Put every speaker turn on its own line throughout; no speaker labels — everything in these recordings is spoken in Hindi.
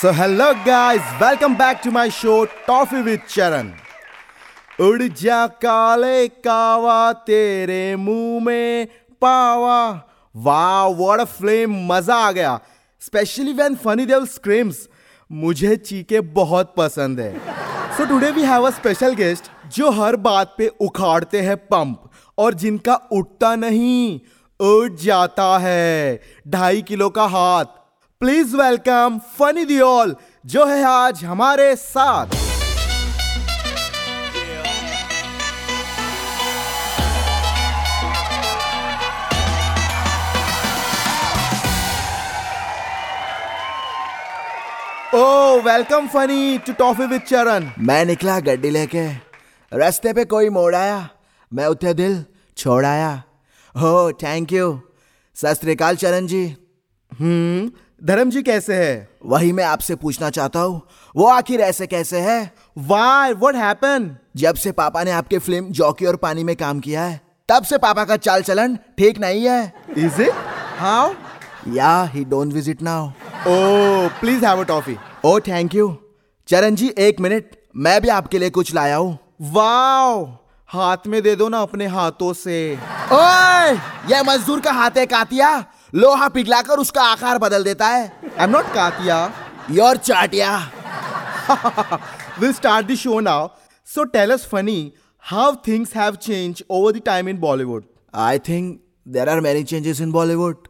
So hello guys welcome back to my show Toffee with Charan उड़ जा काले कावा तेरे मुंह में पावा वाह व्हाट अ फ्लेम मजा आ गया specially when Funny Dev screams मुझे चीके बहुत पसंद है so today we have a special guest जो हर बात पे उखाड़ते हैं पंप और जिनका उठता नहीं उठ जाता है ढाई किलो का हाथ प्लीज वेलकम फनी दियोल जो है आज हमारे साथ
Oh,
oh welcome funny to toffee with Charan
मैं निकला गड्डी लेके रास्ते पे कोई मोड़ आया मैं उठे दिल छोड़ आया हो थैंक यू सस्त्रीकाल चरण जी
हम्म धर्म जी कैसे हैं
वही मैं आपसे पूछना चाहता हूँ वो आखिर ऐसे कैसे है
वाई व्हाट हैपन
जब से पापा ने आपके फिल्म जॉकी और पानी में काम किया है तब से पापा का चाल चलन ठीक नहीं है
is it how
yeah he don't visit now Oh,
oh please have a toffee
oh thank you Charan ji एक मिनट मैं भी आपके लिए कुछ लाया हूँ
वाओ हाथ में दे दो ना अपने हाथों से
ओए यह मजदूर का हाथ है कातिया लोहा पिघलाकर उसका आकार बदल देता है
I'm not Katya.
योर चाटिया
We'll start the show now. So tell us, funny, how things have changed over the time in Bollywood.
I think there are many changes in Bollywood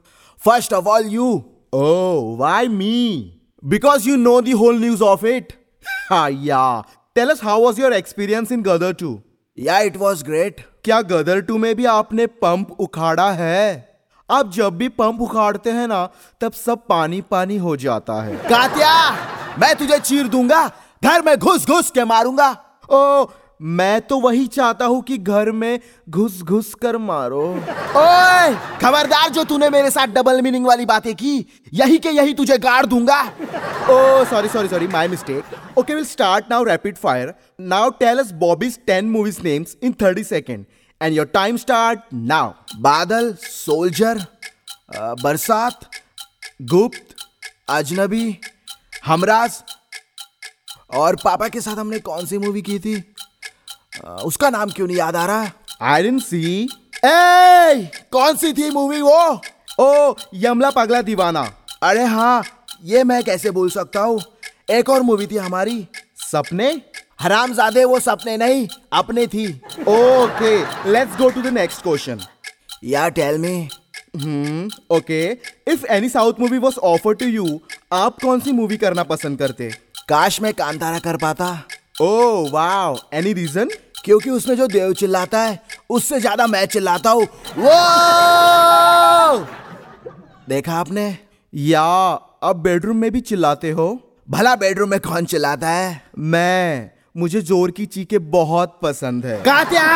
first of all you
Oh, why me?
Because you know the whole news of it
Ha, yeah. Tell us, how was your experience in Gadar 2?
Yeah it was great
क्या गदर 2 में भी आपने पंप उखाड़ा है आप जब भी पंप उखाड़ते हैं ना तब सब पानी पानी हो जाता है
कातिया मैं तुझे चीर दूंगा घर में घुस घुस के मारूंगा
ओ मैं तो वही चाहता हूँ कि घर में घुस घुस कर मारो
ओए खबरदार जो तूने मेरे साथ डबल मीनिंग वाली बातें की यही के यही तुझे गाड़ दूंगा
Oh, sorry, sorry, sorry. My mistake. Okay, we'll start now rapid fire. Now tell us Bobby's 10 movies names in 30 seconds. And your time start now.
बादल सोल्जर अ, बरसात गुप्त अजनबी हमराज और पापा के साथ हमने कौन सी मूवी की थी अ, उसका नाम क्यों नहीं याद आ रहा
I didn't see.
ए कौन सी थी मूवी वो
Oh, Yamla Pagla Divana.
अरे हाँ ये मैं कैसे भूल सकता हूँ एक और मूवी थी हमारी
Sapne?
हरामजादे वो सपने नहीं अपने थी
Okay, let's go to the next question.
Yeah tell me
Hmm, okay. If any South movie was offered to you, आप कौन सी मूवी करना पसंद करते
काश मैं कांतारा कर पाता
Oh, wow. Any reason?
क्योंकि उसमें जो देव चिल्लाता है उससे ज्यादा मैं चिल्लाता हूँ वो देखा आपने
या आप बेडरूम में भी चिल्लाते हो
भला बेडरूम में कौन चिल्लाता है
मैं मुझे जोर की चीखें बहुत पसंद है
कात्या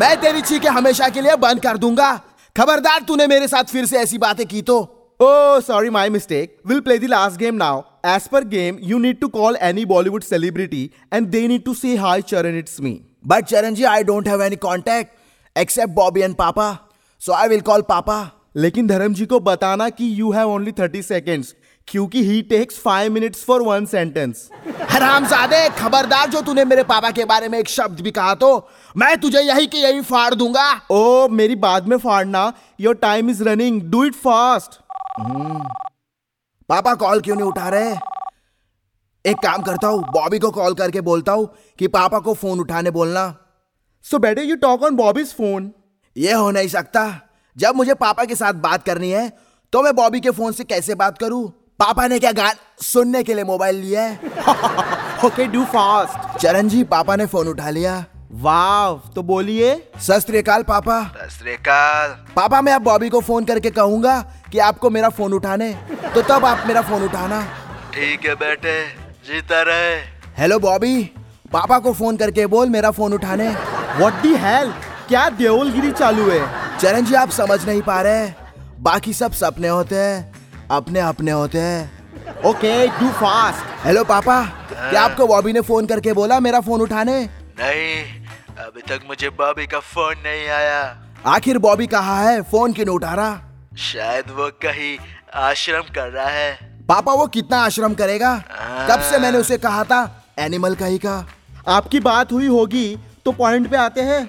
मैं तेरी चीखें हमेशा के लिए बंद कर दूंगा खबरदार तूने मेरे साथ फिर से ऐसी बातें की तो
Oh, sorry, my mistake. We'll play the last game now. As per game, you need to call any Bollywood celebrity and they need to say hi, Charan, it's me.
But Charan ji I don't have any contact except Bobby and papa so I will call papa
लेकिन धर्म जी को बताना कि you have only thirty seconds क्योंकि he takes five minutes for one sentence
हरामजादे खबरदार जो तूने मेरे पापा के बारे में एक शब्द भी कहा तो मैं तुझे यही के यही फाड़ दूंगा
ओ Oh, मेरी बाद में फाड़ना your time is running do it fast
papa call क्यों नहीं उठा रहे एक काम करता हूँ बॉबी को कॉल करके बोलता हूँ कि पापा को फोन उठाने बोलना
so better you talk on Bobby's phone
ये हो नहीं सकता जब मुझे पापा के साथ बात करनी है तो मैं बॉबी के फोन से कैसे बात करूँ पापा ने क्या गान सुनने के लिए मोबाइल लिया है
okay do fast
Charan ji पापा ने फोन उठा लिया
वाव तो बोलिए
सत श्रीकाल पापा
श्रीकाल
पापा मैं अब बॉबी को फोन करके कहूंगा कि आपको मेरा फोन उठाने तो तब आप मेरा फोन उठाना
ठीक है बेटे जीता रहे
हेलो बॉबी पापा को फोन करके बोल मेरा फोन उठाने
व्हाट दी हेल क्या देवलगिरी चालू है
चरण जी आप समझ नहीं पा रहे बाकी सब सपने होते हैं अपने अपने होते हैं
okay do fast
hello papa क्या आपको बॉबी ने फोन करके बोला मेरा फोन उठाने
नहीं अभी तक मुझे बॉबी का फोन नहीं आया
आखिर बॉबी कहाँ है फोन क्यों नहीं उठा रहा
शायद वो कहीं आश्रम कर रहा है
पापा वो कितना आश्रम करेगा कब से मैंने उसे कहा था एनिमल का ही का
आपकी बात हुई होगी तो पॉइंट पे आते हैं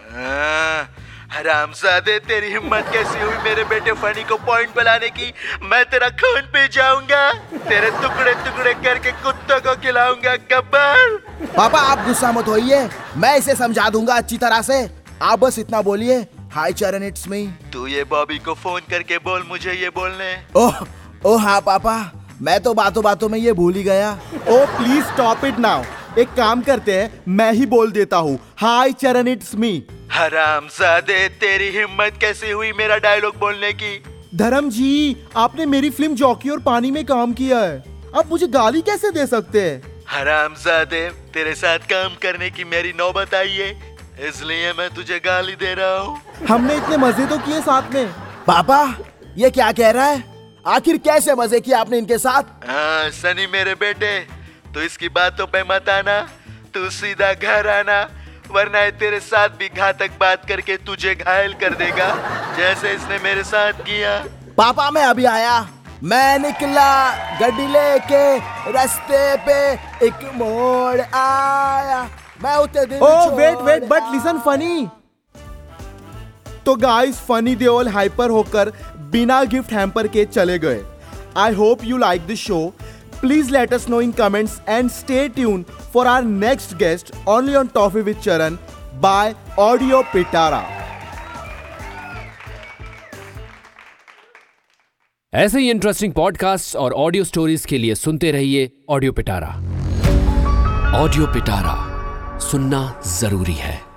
हराम सादे हाँ, तेरी हिम्मत कैसी हुई मेरे बेटे फनी को पॉइंट बनाने की मैं तेरा खून पी जाऊंगा तेरे टुकड़े टुकड़े करके कुत्तों को खिलाऊंगा गब्बर
पापा आप गुस्सा मत होइए मैं इसे समझा दूंगा अच्छी तरह से आप बस इतना बोलिए हाय चरण इट्स मी
तू ये बॉबी को फोन करके बोल मुझे ये बोलने
ओह ओह हाँ पापा मैं तो बातों बातों में ये भूल ही गया
oh please stop it now एक काम करते हैं मैं ही बोल देता हूँ हाय चरण इट्स मी
हराम सादे तेरी हिम्मत कैसी हुई मेरा डायलॉग बोलने की
धर्म जी आपने मेरी फिल्म जॉकी और पानी में काम किया है आप मुझे गाली कैसे दे सकते हैं
हराम सादे तेरे साथ काम करने की मेरी नौबत आई है इसलिए मैं तुझे गाली दे रहा हूँ
हमने इतने मजे तो किए साथ में
पापा ये क्या कह रहा है आखिर कैसे मजे किए आपने इनके साथ
हाँ सनी मेरे बेटे तो इसकी बातों पे मत आना तू सीधा घर आना वरना ये तेरे साथ भी घातक बात करके तुझे घायल कर देगा जैसे इसने मेरे साथ किया
पापा मैं अभी आया मैं निकला गड्डी लेके रास्ते पे एक मोड़ आया मैं उतने दिन
ओ वेट वेट
छोड़
बट लिसन फनी तो गाइस फनी देओल हाइपर होकर बिना गिफ्ट हैम्पर के चले गए I hope you like this show please let us know in comments and stay tune for our next guest only on Toffee with Charan bye Audio Pitara
ऐसे ही इंटरेस्टिंग पॉडकास्ट और ऑडियो स्टोरीज के लिए सुनते रहिए ऑडियो पिटारा ऑडियो पिटारा सुनना जरूरी है